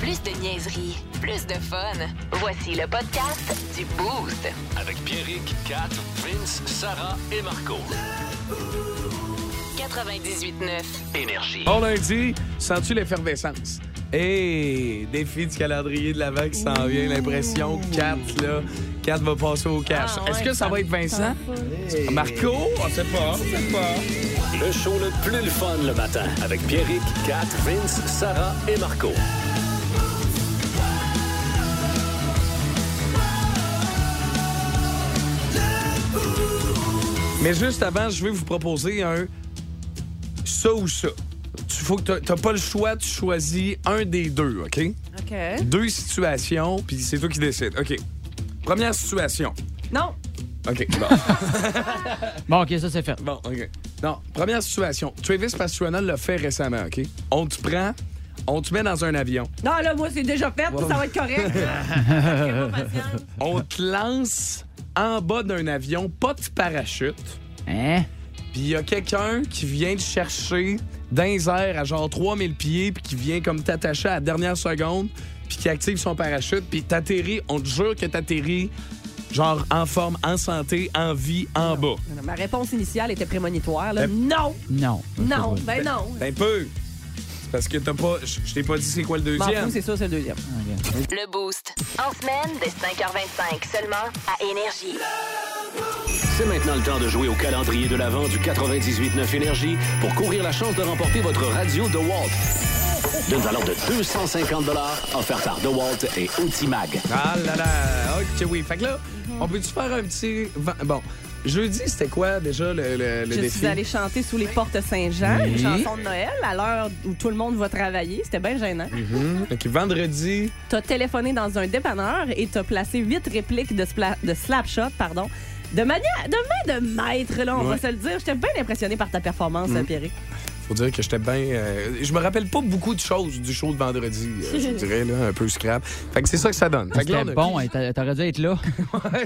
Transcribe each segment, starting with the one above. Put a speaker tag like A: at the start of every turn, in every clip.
A: Plus de niaiserie, plus de fun. Voici le podcast du Boost.
B: Avec Pierrick, Kat, Vince, Sarah et Marco.
A: 98.9.
B: Énergie.
C: Bon lundi, sens-tu l'effervescence?
D: Et défi du calendrier de l'avant qui s'en vient, l'impression que 4, là, 4 va passer au cash.
E: Ah, ouais,
C: Est-ce que ça va être Vincent?
D: Marco, on sait pas, on sait pas.
B: Le show le plus le fun le matin. Avec Pierrick, Kat, Vince, Sarah et Marco.
C: Mais juste avant, je vais vous proposer un ça ou ça. Tu faut que t'as- t'as pas le choix, tu choisis un des deux, OK?
E: OK.
C: Deux situations, puis c'est toi qui décides. OK. Première situation.
E: Non.
C: OK, bon.
F: Bon, OK, ça, c'est fait.
C: Bon, OK. Non, première situation. Travis Pastrana l'a fait récemment, OK? On te prend, on te met dans un avion,
E: Non, Ah, là, moi, c'est déjà fait. Ça va être correct. Soyez pas patiente.
C: on te lance en bas d'un avion, pas de parachute,
F: Hein?
C: puis il y a quelqu'un qui vient te chercher dans les airs à genre 3000 pieds, puis qui vient comme t'attacher à la dernière seconde, puis qui active son parachute, puis t'atterris, on te jure que t'atterris genre en forme, en santé, en vie, en bas.
E: Non, Ma réponse initiale était prémonitoire. Là.
C: Euh,
E: Non,
F: Non.
E: non, ben non.
C: Un peu. C'est Parce que t'as pas. Je je t'ai pas dit c'est quoi le
E: M'en fous,
C: deuxième.
E: c'est ça, c'est le deuxième.
A: Le Boost. En semaine, dès 5h25, seulement à Énergie.
B: C'est maintenant le temps de jouer au calendrier de l'Avent du 98.9 Énergie pour courir la chance de remporter votre radio DeWalt. D'une valeur de 250 offerte par DeWalt et Ultimag.
C: Ah là là, ok, oui. Fait que là,
E: Mhm.
C: on peut-tu faire un petit. vent- Bon, jeudi, c'était quoi déjà le, le, le
E: Je
C: défi?
E: suis allée chanter sous les portes Saint-Jean, une chanson de Noël, à l'heure où tout le monde va travailler. C'était bien gênant.
C: Mhm. Ok, vendredi.
E: T'as téléphoné dans un dépanneur et t'as placé huit répliques de, spla- de Slapshot, pardon. De manière, de main de maître, là, on va
C: Ouais. Mm.
E: se le dire. J'étais bien impressionné par ta performance, Pierre.
C: Faut dire que j'étais bien. euh, je me rappelle pas beaucoup de choses du show de vendredi, euh, je dirais, là, un peu scrap. Fait que c'est ça que ça donne. Fait que là,
F: C'était
C: on a-
F: bon, hein, t'a- t'aurais dû être là.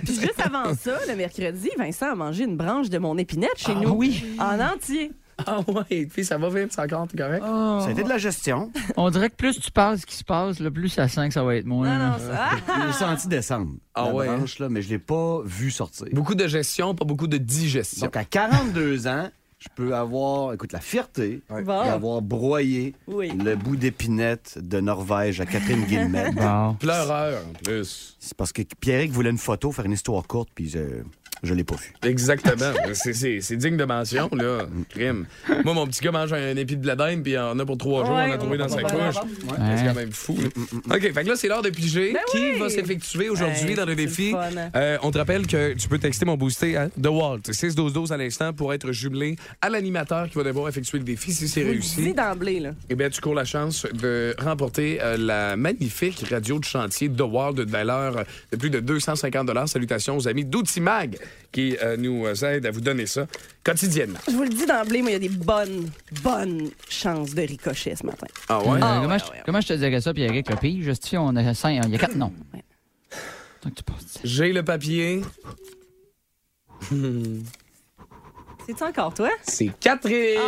E: Puis juste avant ça, le mercredi, Vincent a mangé une branche de mon épinette chez
F: Ah
E: nous.
F: oui.
E: En entier.
C: Ah ouais, puis ça va vite, c'est encore, t'es correct?
G: Ça a été de la gestion.
F: On dirait que plus tu passes ce qui se passe, le plus ça sent que ça va être moins.
E: Non,
F: là.
E: Ah non, ça.
G: Je l'ai senti descendre.
C: Ah
G: la
C: ouais, hein?
G: branche, là, mais je l'ai pas vu sortir.
C: Beaucoup de gestion, pas beaucoup de digestion.
G: Donc, à 42 ans, je peux avoir, écoute, la fierté
E: Bon.
C: Ah.
G: d'avoir broyé
E: Oui.
G: le bout d'épinette de Norvège à Catherine Guillemette.
E: Ah
F: Bon.
C: Pleureur, en plus.
G: C'est parce que Pierrick voulait une photo, faire une histoire courte, puis euh, je l'ai pas vu.
C: Exactement. C'est- c'est c'est digne de mention, là. Crime. Moi, mon petit gars mange un épi de bladème, puis on a pour trois jours,
E: Ouais,
C: on a trouvé
E: on
C: dans
E: va
C: sa
E: pas
C: couche.
F: Ouais.
C: C'est quand même fou. là. OK, fait que là, c'est l'heure de piger.
E: Ben
C: Qui
E: oui!
C: va s'effectuer aujourd'hui
E: Hey,
C: dans le
E: c'est le
C: défi?
E: fun.
C: Euh, on te rappelle que tu peux texter mon boosté à The Walt, 6-12-12 à l'instant, pour être jumelé à l'animateur qui va devoir effectuer le défi. Si c'est
E: Je vous le dis
C: réussi,
E: d'emblée, là.
C: eh bien, tu cours la chance de remporter euh, la magnifique radio de chantier The Walt de valeur de plus de 250 Salutations aux amis d'Outimag qui euh, nous euh, aident à vous donner ça quotidiennement.
E: Je vous le dis d'emblée, mais il y a des bonnes, bonnes chances de ricochet ce matin.
C: Ah ouais?
F: Euh,
E: Ah,
F: comment,
E: ouais,
F: je,
E: ouais, ouais.
F: comment je te dirais ça, puis Eric, le pire, juste si on a cinq, il y a quatre noms. Donc tu passes.
C: J'ai le papier.
E: C'est-tu encore toi?
C: C'est Catherine!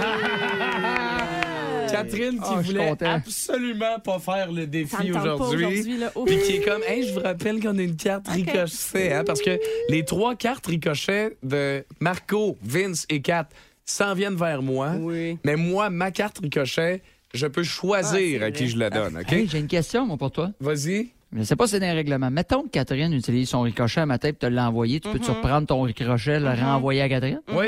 E: Ah.
C: Catherine qui
F: Ah, je suis
C: voulait
F: content.
C: absolument pas faire le
E: Ça
C: défi
E: me tente pas
C: aujourd'hui.
E: aujourd'hui, là. Ouf.
C: Puis qui est comme, hey, je vous rappelle qu'on a une carte ricochet, hein, parce que les trois cartes ricochet de Marco, Vince et Kat s'en viennent vers moi.
E: Oui.
C: Mais moi, ma carte ricochet, je peux
E: Ah,
C: choisir
E: c'est
C: à qui
E: vrai. Ah.
C: je la donne, OK?
F: Hey, j'ai une question, moi, pour toi.
C: Vas-y.
F: Je sais pas si c'est dans les règlements. Mettons que Catherine utilise son ricochet à ma tête te l'a envoyé. Tu peux
E: Mm-hmm.
F: te reprendre ton ricochet, le renvoyer à Catherine?
C: Oui.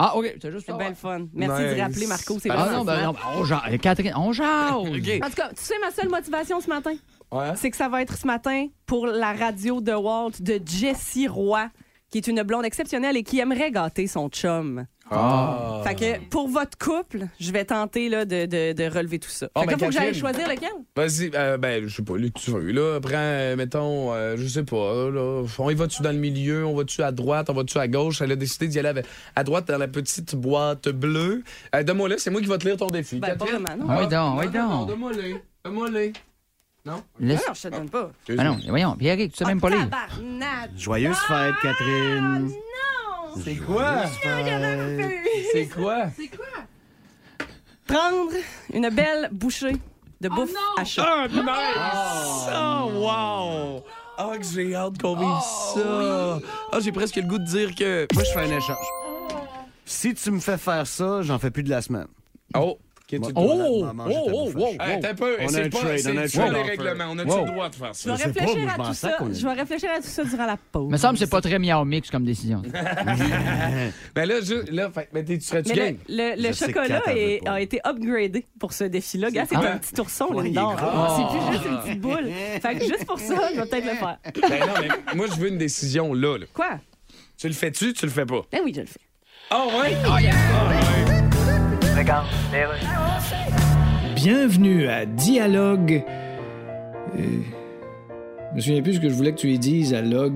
F: Ah, OK. C'est juste
E: C'est
F: ça.
E: bien le fun. Merci
C: Nice.
E: de rappeler, Marco. C'est
C: Ah,
F: Ah
E: vraiment
F: non, ben
E: fun.
F: non, ben, on jase. Catherine, on jase.
C: OK.
E: En tout cas, tu sais, ma seule motivation ce matin,
C: Ouais.
E: c'est que ça va être ce matin pour la radio de Walt de Jessie Roy, qui est une blonde exceptionnelle et qui aimerait gâter son chum.
C: Ah.
E: Fait que pour votre couple, je vais tenter là, de, de- de relever tout ça.
C: Oh,
E: fait que là,
C: ben,
E: faut que j'aille
C: Catherine.
E: choisir lequel.
C: Vas-y, euh, ben, je sais pas, lui, que tu veux, là. Prends, euh, mettons, euh, je sais pas, là. On y va-tu dans le milieu, on va-tu à droite, on va-tu à gauche? Elle a décidé d'y aller avec- à droite dans la petite boîte bleue. Euh, donne-moi-le, c'est moi qui vais te lire ton défi.
E: Ben, pas
C: Catherine? Ah.
E: vraiment, non.
F: Oui, donc, oui,
C: Non, non,
F: donc.
C: Donne-moi-le, donne-moi-le.
F: Laisse-
E: non, je te donne pas.
F: Ah non, voyons. Puis Eric, tu sais
E: Ah,
F: même pas lire.
E: tabarnak!
G: Joyeuse
C: Ah!
G: fête, Catherine!
C: C'est quoi? C'est quoi?
E: Prendre une belle bouchée de bouffe à chat.
C: Ah, nice! Oh, wow! Ah, que j'ai hâte qu'on vive
E: Oh,
C: ça! Ah, j'ai presque le goût de dire que. Moi, je fais un échange.
G: Si tu me fais faire ça, j'en fais plus de la semaine.
C: Oh! Qu'est-ce que tu
G: Moi,
F: Oh!
G: maman, maman,
F: Oh,
G: j'étais
F: oh,
G: bien fâché.
F: oh.
C: Hey, t'as un peu.
G: On a
C: c'est
G: un
C: pas-
G: trade,
C: c'est-
G: on a un
C: c'est pas
G: trade.
C: les règlements. On a-tu
F: Wow.
C: le droit de faire ça?
E: Je vais
G: sais pas,
E: réfléchir
G: moi, je
E: à
G: m'en
E: tout
G: sers
E: ça.
G: qu'on est-
E: Je vais réfléchir à tout ça durant la pause.
F: Me semble que c'est pas très miao mix comme décision.
C: Ben là, je, là fait- mais t'es- tu serais-tu
E: Mais
C: game?
E: le, le- le
G: Je sais que
E: chocolat
G: Kat, elle
E: est-
G: veut pas.
E: a été upgradé pour ce défi-là. Gars, c'est
F: Ah.
E: un petit ourson,
G: Ouais,
E: là
G: il est
E: dedans.
G: gros.
E: C'est plus juste une petite boule. Fait que juste pour ça, je vais peut-être le faire.
C: Ben non, mais moi, je veux une décision là. là.
E: Quoi?
C: Tu le fais-tu, tu le fais pas?
E: Ben oui, je le fais.
C: Oh, ouais?
H: Bienvenue à Dialogue. Euh, je me souviens plus ce que je voulais que tu lui dises à Log.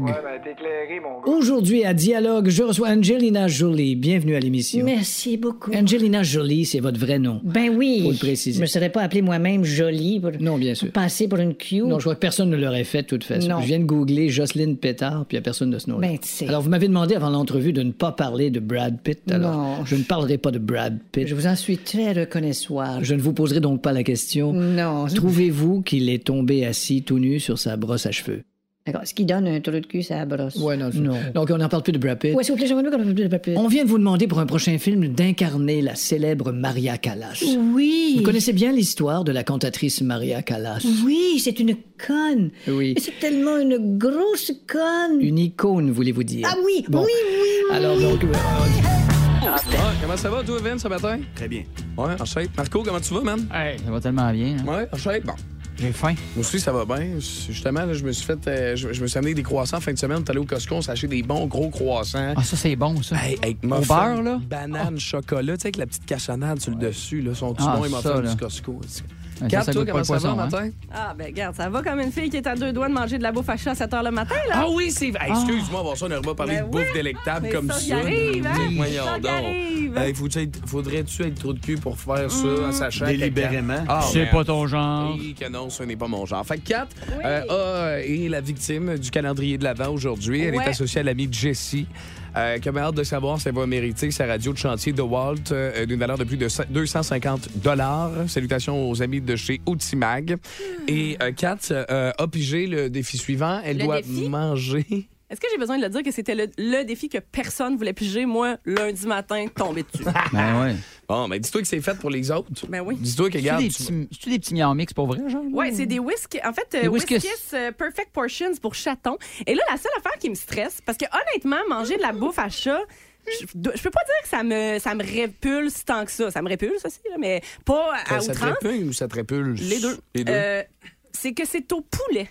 H: Aujourd'hui à Dialogue, je reçois Angelina Jolie. Bienvenue à l'émission.
I: Merci beaucoup.
H: Angelina Jolie, c'est votre vrai nom.
I: Euh, Ben oui.
H: Faut le préciser.
I: Je me serais pas appelé moi-même jolie pour
H: Non, bien sûr.
I: passer pour une Q.
H: Non, je crois que personne ne l'aurait fait de toute façon.
I: Non.
H: Je viens de googler Jocelyne Pétard, puis il n'y a personne de ce nom-là.
I: Ben, tu sais.
H: Alors, vous m'avez demandé avant l'entrevue de ne pas parler de Brad Pitt. Alors,
I: Non.
H: je ne parlerai pas de Brad Pitt.
I: Je vous en suis très reconnaissable.
H: Je ne vous poserai donc pas la question.
I: Non.
H: Trouvez-vous qu'il est tombé assis tout nu sur sa brosse à cheveux?
I: D'accord. Ce qui donne un trou de cul, ça brosse.
H: Ouais, non, je-
I: Non.
H: Donc, on n'en parle plus de Brad Pitt.
I: Ouais, s'il vous plaît, j'aimerais mieux qu'on ne pas plus.
H: On vient de vous demander pour un prochain film d'incarner la célèbre Maria Callas.
I: Oui.
H: Vous connaissez bien l'histoire de la cantatrice Maria Callas.
I: Oui, c'est une conne.
H: Oui.
I: Mais C'est tellement une grosse conne.
H: Une icône, voulez-vous dire.
I: Ah oui,
H: Bon.
I: oui, oui, oui.
H: Alors donc, euh,
C: Ah, comment ça va, toi, Vin, ce matin?
G: Très bien.
C: Ouais, en shape. Marco, comment tu vas, man?
F: ça va tellement bien. hein.
C: Ouais, en shape. Bon.
F: J'ai faim.
C: Moi aussi, ça va bien. Justement, là, je me suis fait. euh, je, je me suis amené des croissants en fin de semaine. On est allé au Costco, on s'est acheté des bons gros croissants.
F: Ah, ça, c'est bon, ça.
C: Hey, avec
F: Au
C: muffins,
F: beurre, là?
C: Banane, chocolat, tu sais, avec la petite cassonade sur le dessus, là. Sont tous
F: Ah,
C: bons, les
F: ça,
C: muffins
F: là.
C: du Costco.
F: Ouais,
C: Kat,
F: ça, ça
C: toi,
F: goûte pas
C: comment
F: le
C: ça va,
F: poisson, hein?
C: matin?
E: Ah, ben, regarde, ça va comme une fille qui est à deux doigts de manger de la bouffe à chat à 7 h le matin, là.
C: Ah oui, c'est vrai. Hey, Excuse-moi, on va ça, on n'aurait pas parlé
E: Ben
C: de
E: oui,
C: bouffe délectable
E: mais
C: Ah, comme
E: ça,
C: ça.
E: y arrive, hein?
C: Oui, voyons
E: Ça y
C: donc.
E: arrive.
C: Hey, faut-tu être- Faudrait-tu être trop de cul pour faire ça
E: Mm.
C: à sachant
G: Délibérément.
C: Ah,
F: C'est
C: man.
F: pas ton genre.
C: Oui, que non, ce n'est pas mon genre. Fait que Kat euh, a- est la victime du calendrier de l'Avent aujourd'hui. Elle
E: Ouais.
C: est associée à l'amie Jessie. Euh, qui a bien hâte de savoir si elle va mériter sa radio de chantier de Walt euh, d'une valeur de plus de 100 250 Salutations aux amis de chez
E: Hmm.
C: Outimag. Et euh, Kat euh, a pigé le défi suivant. Elle
E: Le
C: doit
E: défi?
C: manger.
E: Est-ce que j'ai besoin de le dire que c'était le, le défi que personne voulait piger, moi, lundi matin, tombé dessus?
C: Ah.
F: Ben ouais.
C: Bon, mais dis-toi que c'est fait pour les autres.
E: Ben oui.
C: Dis-toi que,
F: C'est
C: regarde,
F: des
C: tu-
F: petits, c'est-tu des petits miao mix pour vrai, genre?
E: Ouais, c'est des whisky. En fait, euh,
F: Des
E: Whiskas
F: Whiskas.
E: euh, Perfect Portions pour chatons. Et là, la seule affaire qui me stresse, parce que honnêtement, manger de la bouffe à chat, je, je peux pas dire que ça me, ça me répulse tant que ça. Ça me répulse aussi, là, mais pas à, à
C: ça te
E: outrance.
C: répulse ou ça te répulse?
E: Les deux.
C: Les deux.
E: Euh, c'est que c'est au poulet.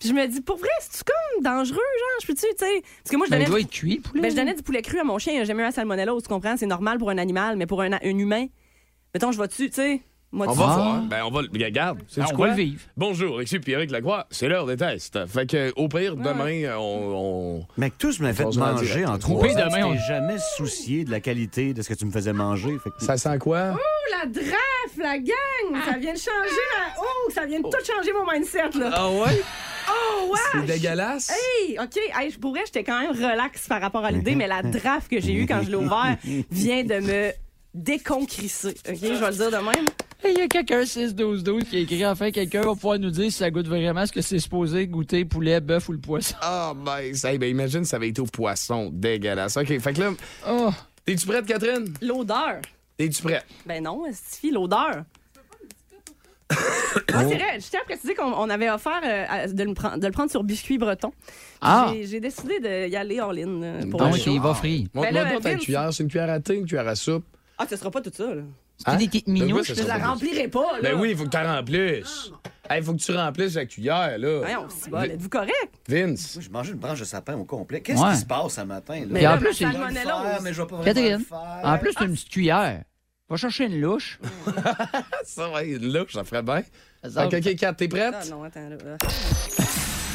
E: Puis je me dis, pour vrai, c'est-tu comme dangereux, genre? Je peux-tu, tu sais? Parce que moi, je
F: Ben, il
E: donnais.
F: doit être cuit, le poulet.
E: Ben, je donnais du poulet cru à mon chien, il a jamais eu un salmonellose, tu comprends? C'est normal pour un animal, mais pour un, un humain, mettons, je vais tu tu sais? moi,
C: On
E: tu-
C: va
F: Ah.
C: voir. Ben, on va le. Regarde. C'est
F: Ah, on va le vivre.
C: Bonjour, ici Pierrick Lacroix. C'est l'heure des tests. Fait que, au pire, demain, euh, on. on-
G: Mais que tout, je m'avais fait
C: On se rend
G: manger
C: direct.
G: en trois
F: Coupé
G: ans.
F: demain,
G: Je
F: on-
G: t'ai jamais soucié de la qualité de ce que tu me faisais manger. Fait que-
C: Ça sent quoi?
E: la draft, la gang! Ça vient de changer ma... Oh, ça vient de tout changer mon mindset, là.
C: Ah ouais?
E: Oh,
C: C'est
E: ouais!
C: dégueulasse.
E: Hey, OK, hey, je pourrais, j'étais quand même relax par rapport à l'idée, mais la draft que j'ai eue quand je l'ai ouvert vient de me déconcrisser. OK, je vais le dire de même.
F: Il y a quelqu'un 6-12-12 qui a écrit enfin quelqu'un va pouvoir nous dire si ça goûte vraiment ce que c'est supposé goûter poulet, bœuf ou le poisson.
C: Ah, ben, ça- hey, ben, imagine, ça avait été au poisson. Dégueulasse. OK, fait que là.
F: Oh.
C: T'es-tu prête, Catherine?
E: L'odeur.
C: T'es-tu prête?
E: Ben non, Stifi, l'odeur. Ah, c'est vrai, je tiens à préciser qu'on on avait offert euh, à- de, le prendre, de le prendre sur Biscuit Breton.
F: Ah!
E: J'ai- J'ai décidé d'y aller en ligne euh, pour
C: Ah,
F: Donc,
E: le show.
F: il va frit.
C: Montre-moi
E: Ben là,
C: donc ta
E: Vince-
C: cuillère. C'est une cuillère à thé, une cuillère à soupe.
E: Ah, ce sera pas tout ça, là.
F: C'est des petites minouches.
C: De quoi
E: Je
C: ça
E: la
C: sera pas tout
E: remplirai pas, là.
C: ça? Ben oui, il faut que t'en remplisses. Il faut que tu remplisses la cuillère, là.
E: Voyons, c'est bon, êtes-vous correct?
C: Vince.
G: Je mangeais une branche de sapin au complet. Qu'est-ce
F: Ouais.
G: qui se passe ce matin? Là?
E: Mais
F: Puis en
E: là,
F: plus,
E: ma
F: il-
G: Je vais le
E: salmonellose.
G: faire, mais je vais pas vraiment
F: Catherine,
G: le faire.
F: en plus, t'as une petite cuillère. Va chercher une louche.
C: Ça va, une louche, ça ferait bien.
F: Ça
C: Fait que, OK, Kat, t'es
E: Ah
C: prête?
E: non, attends, là.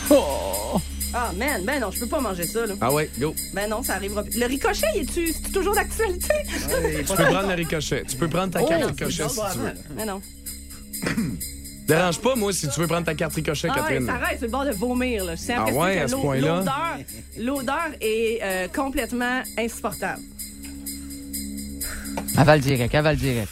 C: Oh!
E: Ah, man, ben non, je peux pas manger ça, là.
C: Ah ouais, go.
E: Ben non, ça arrivera plus. Le ricochet, il est-tu c'est-tu toujours d'actualité?
C: Tu peux prendre le ricochet. Tu peux prendre ta
E: Oh,
C: carte ricochet si tu veux.
E: Ben non.
C: Dérange pas, moi, si tu veux prendre ta carte ricochet,
E: Ah ouais,
C: Catherine.
E: ça arrête, c'est le bord de vomir, là. Je sais
C: Ah
E: après
C: ouais,
E: que
C: à ce
E: l'o-
C: point-là?
E: l'odeur- L'odeur est euh, complètement insupportable.
F: Avale direct, avale direct.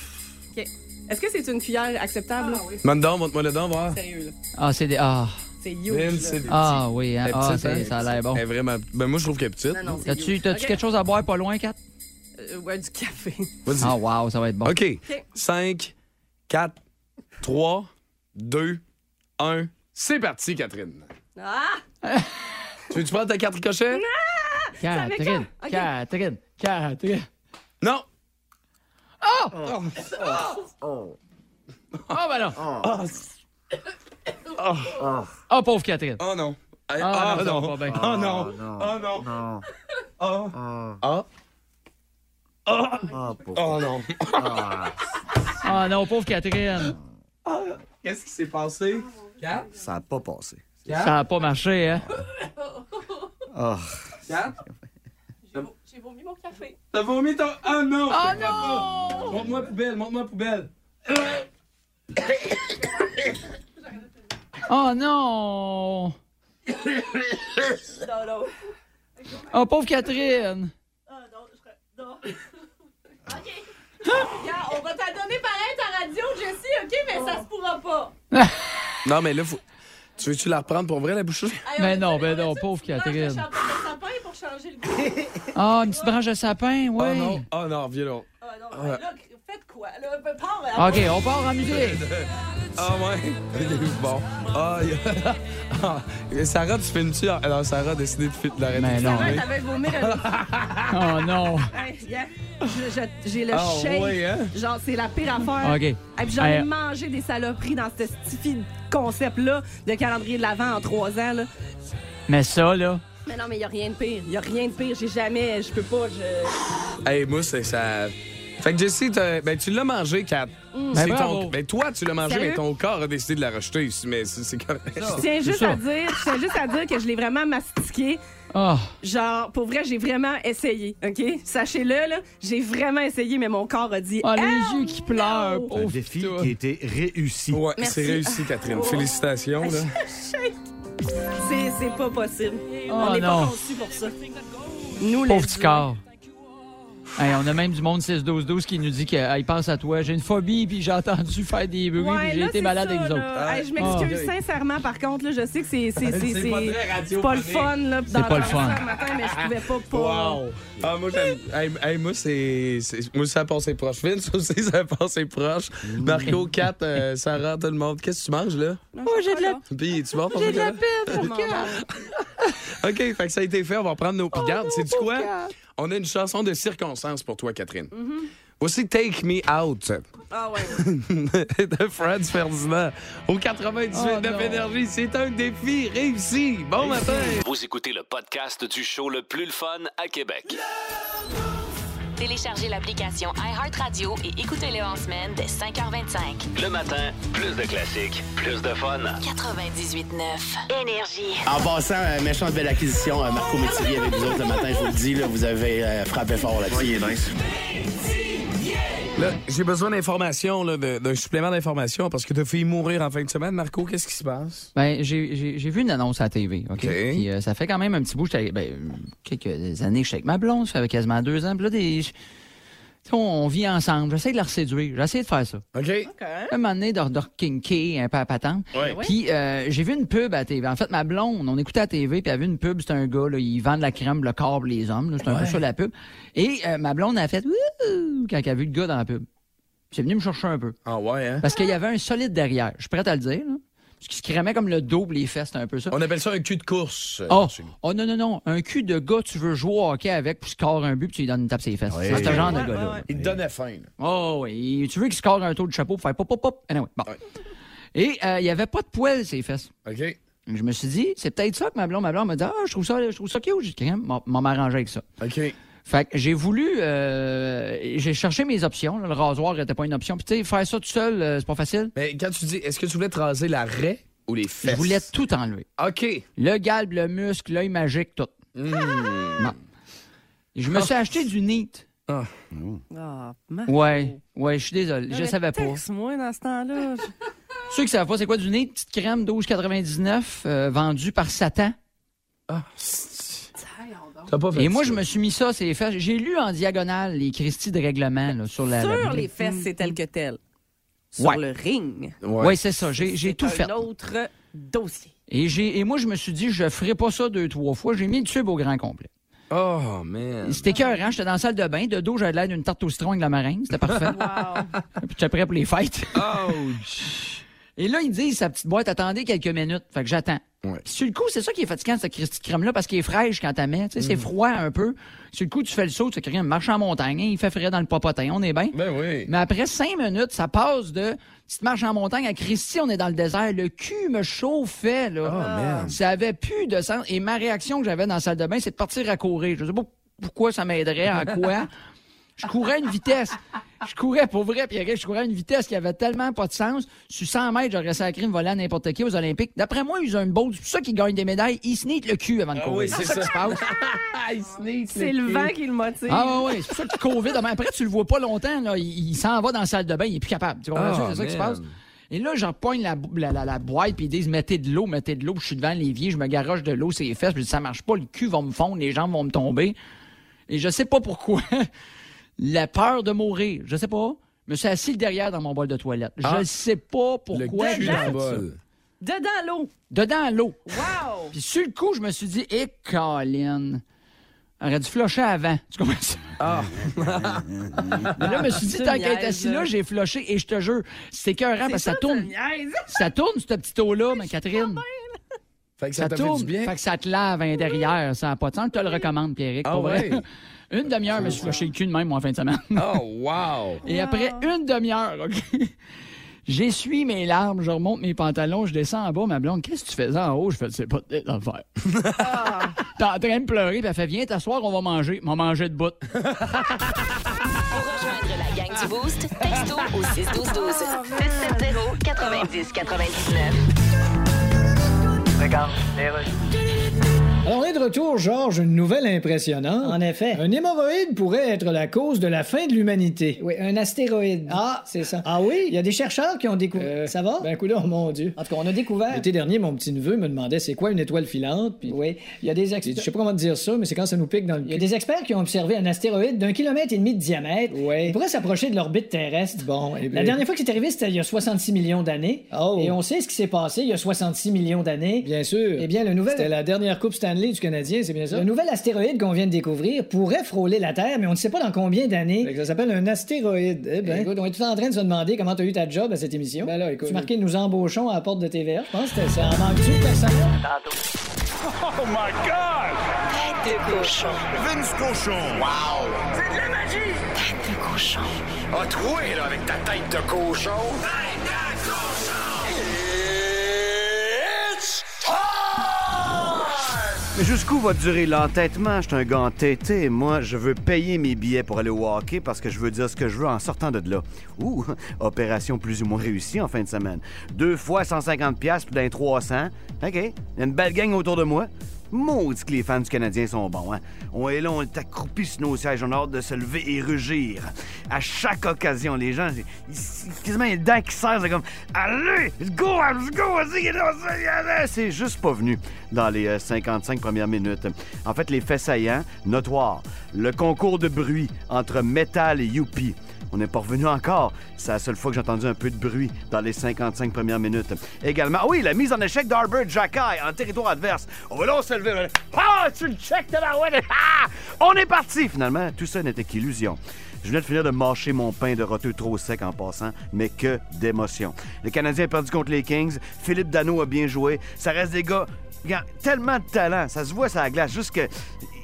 E: OK. Est-ce que c'est une cuillère acceptable?
C: Maintenant, montre-moi le dent, voir.
E: Sérieux, là.
F: Ah, c'est des. Ah,
E: C'est
C: Man,
E: huge.
C: c'est
E: là.
C: petit.
F: ah oui, hein.
C: Elle est
F: Ah,
C: petite,
F: c'est-
C: hein?
F: ça a l'air bon.
C: Elle est vraiment. Ben, moi, je trouve qu'elle est petite.
E: Non, non, c'est
F: T'as-tu
E: huge.
F: t'as-tu
E: Ok.
F: quelque chose à boire pas loin, Kat?
E: Euh, ouais, du café.
C: Vas-y.
F: Ah, wow, ça va être bon.
C: OK. 5, 4, 3, 2, 1. C'est parti, Catherine.
E: Ah!
C: Tu veux-tu prendre ta carte ricochet?
F: Catherine,
E: m'écoeure. Ok.
F: Catherine, Catherine.
C: Non.
F: Ah, ben non. Ah, Ah, pauvre Catherine.
C: Oh non. Ah,
F: Ah, non, ça va pas bien.
C: Oh non. Oh non. Oh non.
F: Ah non, pauvre Catherine.
C: Qu'est-ce qui s'est passé?
G: Ça n'a pas passé.
F: Ça a pas marché, hein?
G: Ah,
E: J'ai vomi mon café.
C: T'as vomi ton. Oh non. Oh non. Montre-moi poubelle. Montre-moi poubelle.
F: Oh non!
E: Non, non.
F: Oh, pauvre Catherine!
E: Ah, non, je... Non. OK. Regarde, Ah, on va t'en donner pareil ta radio, Jessie, OK? Mais ça se pourra pas.
C: Non, mais là, faut... tu veux-tu la reprendre pour vrai, la bouchée?
E: Allez,
F: Mais
E: on
F: non,
E: va-
F: mais non,
E: on va-
F: pauvre
E: on va-
F: Catherine.
E: Je champagne le sapin pour changer le goût.
F: Ah, une petite branche de sapin,
C: Oh
F: Ah, oui.
C: non. Oh non, viens là.
E: Ah, non, mais là, faites quoi? Là, pars, là.
F: OK, on part en musique.
C: Ah ouais? bon. Ah, il y a- Ah, Sarah, tu filmes-tu? Alors, Sarah a décidé de fi- d'arrêter
F: Mais
C: de
F: non.
E: Ouais,
C: filmer.
E: t'avais vomi le
F: Oh non.
E: Hey, Hein, yeah. Je- je- J'ai le
C: Ah
E: shake.
C: ouais, hein?
E: Genre, c'est la pire affaire.
F: OK.
E: Et puis j'en ai
F: Euh,
E: mangé des saloperies dans ce stifi concept-là de calendrier de l'Avent en trois ans. Là.
F: Mais ça, là.
E: Mais non, mais il n'y a rien de pire. Il n'y a rien de pire. J'ai jamais... Je peux pas... Je...
C: Hey, moi, c'est ça. Fait que Jessie, t'as- ben, tu l'as mangé, Kat. C'est
F: Ben, bravo.
C: ton... ben, toi, tu l'as mangé,
E: Sérieux?
C: mais ton corps a décidé de la rejeter. Mais c'est c'est correct.
E: Je tiens juste
F: ça.
E: à dire... Je tiens juste à dire que je l'ai vraiment mastiqué.
F: Ah,
E: Genre, pour vrai, j'ai vraiment essayé, OK? Sachez-le, là, j'ai vraiment essayé, mais mon corps a dit...
F: Ah, les
E: Hell
F: yeux qui pleurent.
E: no!
G: un
F: Pauvre
G: défi
F: toi.
G: qui a été réussi.
C: Ouais,
E: Merci.
C: c'est réussi, Catherine. Félicitations, là.
E: C'est c'est pas possible. On
F: Oh
E: n'est pas
F: non.
E: conçus pour ça. Nous, les
F: Pauvre petit corps. Hey, on a même du monde 6-12-12 qui nous dit qu'il pense à toi. J'ai une phobie, puis j'ai entendu faire des bruits,
E: Ouais,
F: puis j'ai
E: là,
F: été
E: c'est
F: malade
E: ça,
F: avec vous autres.
E: là. Hey, je m'excuse sincèrement, par contre, là, je sais que c'est Ah, c'est- c'est- c'est- c'est pas le fun là, d'entendre
F: pas le fun.
E: ça le matin, mais je pouvais pas pas.
C: Wow! Ah, moi, j'aime- hey, hey, moi, c'est. c'est- Moi, ça passe ses proches. Vince aussi, ça passe ses proches. Marco,
F: Mm.
C: Kat, euh, Sarah, tout le monde. Qu'est-ce que tu manges, là?
E: Oh, j'ai de la
C: Puis, tu vas J'ai de la OK, fait que ça a été fait. On va prendre nos
F: Oh,
C: pigardes. C'est du quoi? On a une chanson de circonstance pour toi, Catherine.
F: Mm-hmm.
C: Voici Take Me Out
E: Ah ouais.
C: de Franz Ferdinand au 98
F: Oh, non.
C: de Énergie. C'est un défi réussi. Bon matin!
B: Vous écoutez le podcast du show le plus le fun à Québec.
A: Téléchargez l'application iHeartRadio et écoutez-le en semaine dès 5h25.
B: Le matin, plus de classiques, plus de fun.
A: 98.9. Énergie.
J: En passant, euh, méchante belle acquisition, euh, Marco Métivier avec vous autres le matin, je vous le dis, là, vous avez euh, frappé fort là-dessus.
C: Là, j'ai besoin d'informations, là, de- d'un supplément d'informations parce que t'as fait mourir en fin de semaine. Marco, qu'est-ce qui se passe?
F: Ben, j'ai- j'ai j'ai vu une annonce à la TV, OK?
C: OK.
F: Puis euh, ça fait quand même un petit bout, j'étais- ben, euh, quelques années, je suis avec ma blonde, ça fait quasiment deux ans. Puis là, des, je- tu sais, on, on vit ensemble, j'essaie de la reséduire, j'essaie de faire ça.
C: OK.
F: Un moment donné, de, de rekinker un peu à patente. Puis euh, j'ai vu une pub à la TV. En fait, ma blonde, on écoutait à la TV, puis elle a vu une pub, c'est un gars, là, il vend de la crème, pour le corps, pour les hommes. là, C'est un peu ça la pub. Et euh, ma blonde a fait Wouhou! quand elle a vu le gars dans la pub. C'est venu me chercher un peu.
C: Ah ouais, hein?
F: Parce qu'il y avait un solide derrière. Je suis prêt à le dire. Là. Parce qu'il se cramait comme le dos, puis les fesses, c'était un peu ça.
C: On appelle ça un cul de course. euh,
F: Oh, oh non, non, non. Un cul de gars, tu veux jouer au hockey avec, puis score un but, puis tu lui donnes une tape ses fesses. C'est ce genre de gars-là.
J: Il te donnait faim. là.
F: Oh oui, tu veux qu'il score un tour de chapeau pour faire pop, pop, pop. Anyway, bon. Et euh, il n'y avait pas de poils ses fesses.
C: OK.
F: Je me suis dit, c'est peut-être ça que ma blonde, ma blonde m'a dit, ah, je trouve ça, je trouve ça cute. J'ai dit, m'en m'en arranger avec ça.
C: OK.
F: Fait que j'ai voulu, euh, j'ai cherché mes options. là. le rasoir n'était pas une option. Puis tu sais, faire ça tout seul, euh, c'est pas facile.
C: Mais quand tu dis, est-ce que tu voulais te raser la raie ou les fesses?
F: Je voulais tout enlever.
C: OK.
F: Le galbe, le muscle, l'œil magique, tout. Bon. Je me suis acheté du neat.
E: Ah, ma-
F: Ouais, ouais, je suis désolé, je
E: Mais
F: savais pas.
E: Texte-moi dans ce temps-là.
F: Ceux qui savent pas, c'est quoi du nez? Petite crème 12,99 euh, vendue par Satan.
C: T'as pas
F: Et moi, je me suis mis ça, c'est les fesses. J'ai lu en diagonale les Christie de règlement là, sur la. la
E: Sur
F: bouteille.
E: les fesses, c'est tel que tel. sur
F: Ouais.
E: le ring.
F: Ouais. Ouais, c'est ça. J'ai- j'ai
E: C'est
F: tout fait.
E: un autre dossier.
F: Et, j'ai, et moi, je me suis dit, je ferai pas ça deux, trois fois. J'ai mis le tube au grand complet.
C: Oh, man.
F: C'était écœurant. J'étais dans la salle de bain. De dos, j'avais l'air d'une tarte au citron avec de la meringue. C'était parfait. Puis j'étais prêt pour les fêtes. Et là, ils disent, sa petite boîte, attendez quelques minutes. Fait que j'attends. Puis Sur le coup, c'est ça qui est fatigant, cette Christy crème-là, parce qu'il est fraîche quand t'as mets. Tu sais, c'est
C: Mm.
F: froid un peu. Sur le coup, tu fais le saut, tu fais rien, marche en montagne, hein, il fait frais dans le popotin, on est bien.
C: Ben oui.
F: Mais après cinq minutes, ça passe de petite marche en montagne à Christy, on est dans le désert. Le cul me chauffait, là. ça avait plus de sens. Et ma réaction que j'avais dans la salle de bain, c'est de partir à courir. Je sais pas pourquoi ça m'aiderait, à quoi. Je courais à une vitesse. Je courais pour vrai, puis je courais à une vitesse qui avait tellement pas de sens. Sur 100 mètres, j'aurais sacré me voler à n'importe qui aux Olympiques. D'après moi, ils ont une bolt. C'est pour ça qu'ils gagnent des médailles. Ils sneak le cul avant de courir.
C: oui, c'est
F: c'est ça qui
C: ça.
F: se passe.
E: C'est le vent qui le motive.
F: Ah ouais, ouais, c'est pour ça qu'il Covid. demain. Après, tu le vois pas longtemps, là. Il, il s'en va dans la salle de bain, il est plus capable. Tu comprends ça?
C: Ah,
F: C'est ça qui se
C: man.
F: passe. Et là, j'en pogne la, bou- la, la- la boîte, puis ils disent mettez de l'eau, mettez de l'eau. Puis je suis devant l'évier, je me garoche de l'eau, c'est les fesses, puis je dis, ça marche pas, le cul va me fondre, les jambes vont me tomber. Et je sais pas pourquoi. la peur de mourir, je sais pas. Je me suis assis derrière dans mon bol de toilette. Je sais pas
C: Ah. Le
F: pourquoi.
C: cul
F: j'ai
C: dans le
F: fait ça.
C: bol.
E: Dedans l'eau.
F: Dedans l'eau.
E: Wow!
F: Puis sur le coup, je me suis dit, hé, Colin, aurait dû flusher avant. Tu comprends ça? Mais là, je me suis dit,
E: Tu
F: tant qu'elle
E: niaises.
F: est assise là, j'ai flushé et je te jure, c'est écœurant parce que ça tourne. Ça tourne, ce petit eau-là, ma Catherine.
C: Fait que ça,
F: Ça
C: t'a fait
F: tourne.
C: du bien.
F: Fait que ça te lave un derrière, ça n'a pas de sens. Je te le recommande, Pierrick.
C: Ah
F: pour vrai.
C: ouais?
F: Une demi-heure, je me suis flushé le cul de même, moi, en fin de semaine.
C: Oh, wow.
F: Et après une demi-heure, OK? J'essuie mes larmes, je remonte mes pantalons, je descends en bas, ma blonde, qu'est-ce que tu faisais en haut? Je fais, c'est pas de l'affaire.
K: Ah.
F: T'es en train de pleurer, puis elle fait, viens t'asseoir, on va manger. M'en manger de bout.
A: Pour rejoindre la gang du Boost, texto au 612 12 670 90 99.
L: Alors, on est de retour, Georges, une nouvelle impressionnante.
K: En effet.
L: Un hémorroïde pourrait être la cause de la fin de l'humanité.
K: Oui, un astéroïde.
L: Ah,
K: c'est ça.
L: Ah oui?
K: Il y a des chercheurs qui ont découvert.
L: Euh,
K: ça va?
L: Ben, coudonc, mon Dieu.
K: En tout cas, on a découvert.
L: L'été dernier, mon petit-neveu me demandait c'est quoi une étoile filante, puis
K: Oui, il y a
L: j'ai dit,
K: des
L: je
K: experts.
L: sais pas comment te dire ça, mais c'est quand ça nous pique dans le
K: Il y a
L: cul.
K: des experts qui ont observé un astéroïde d'un kilomètre et demi de diamètre.
L: Ouais.
K: Il pourrait s'approcher de l'orbite terrestre.
L: Bon, eh bien-
K: La dernière fois que c'est arrivé, c'était il y a 66 millions d'années.
L: Oh.
K: Et on sait ce qui s'est passé il y a 66 millions d'années.
L: Bien sûr.
K: Eh bien, le nouvel-
L: C'était la dernière Coupe Stanley du Canadien, c'est bien ça?
K: Le nouvel astéroïde qu'on vient de découvrir pourrait frôler la Terre, mais on ne sait pas dans combien
L: Fait
K: d'années.
L: que ça s'appelle un astéroïde. Eh ben.
K: Écoute, on est tous en train de se demander comment t'as eu ta job à cette émission.
L: Ben là, écoute.
K: Tu marquais nous embauchons à la porte de TVA. Je pense que ça en manque-tu de personne?
A: Tête de cochon.
G: Vince Cochon.
A: Tête de cochon.
B: A troué, là, avec ta tête de cochon. Tête de cochon! It's
G: Mais jusqu'où va durer l'entêtement? Je suis un gars entêté. Moi, je veux payer mes billets pour aller au hockey parce que je veux dire ce que je veux en sortant de là. Ouh, opération plus ou moins réussie en fin de semaine. Deux fois 150 pièces plus d'un 300. OK, il y a une belle gang autour de moi. Maudit que les fans du Canadien sont bons, hein? On est là, on est accroupis sur nos sièges, on a hâte de se lever et rugir. À chaque occasion, les gens, ils- ils- quasiment les dents qui serrent, c'est comme « Allez, let's go, let's go, vas-y, vas-y, allez! » C'est juste pas venu dans les euh, 55 premières minutes. En fait, les faits saillants, notoires. Le concours de bruit entre Metal et Youpi. On n'est pas revenu encore. C'est la seule fois que j'ai entendu un peu de bruit dans les 55 premières minutes. Également, ah oui, la mise en échec d'Arbert Jackay en territoire adverse. On va là, on se lever. on va là. Ah, tu le check de la ouette. Ah! On est parti. Finalement, tout ça n'était qu'illusion. Je venais de finir de mâcher mon pain de roteux trop sec en passant, mais que d'émotion. Le Canadien a perdu contre les Kings. Philippe Dano a bien joué. Ça reste des gars Regarde, tellement de talent, ça se voit sur la glace. Juste que,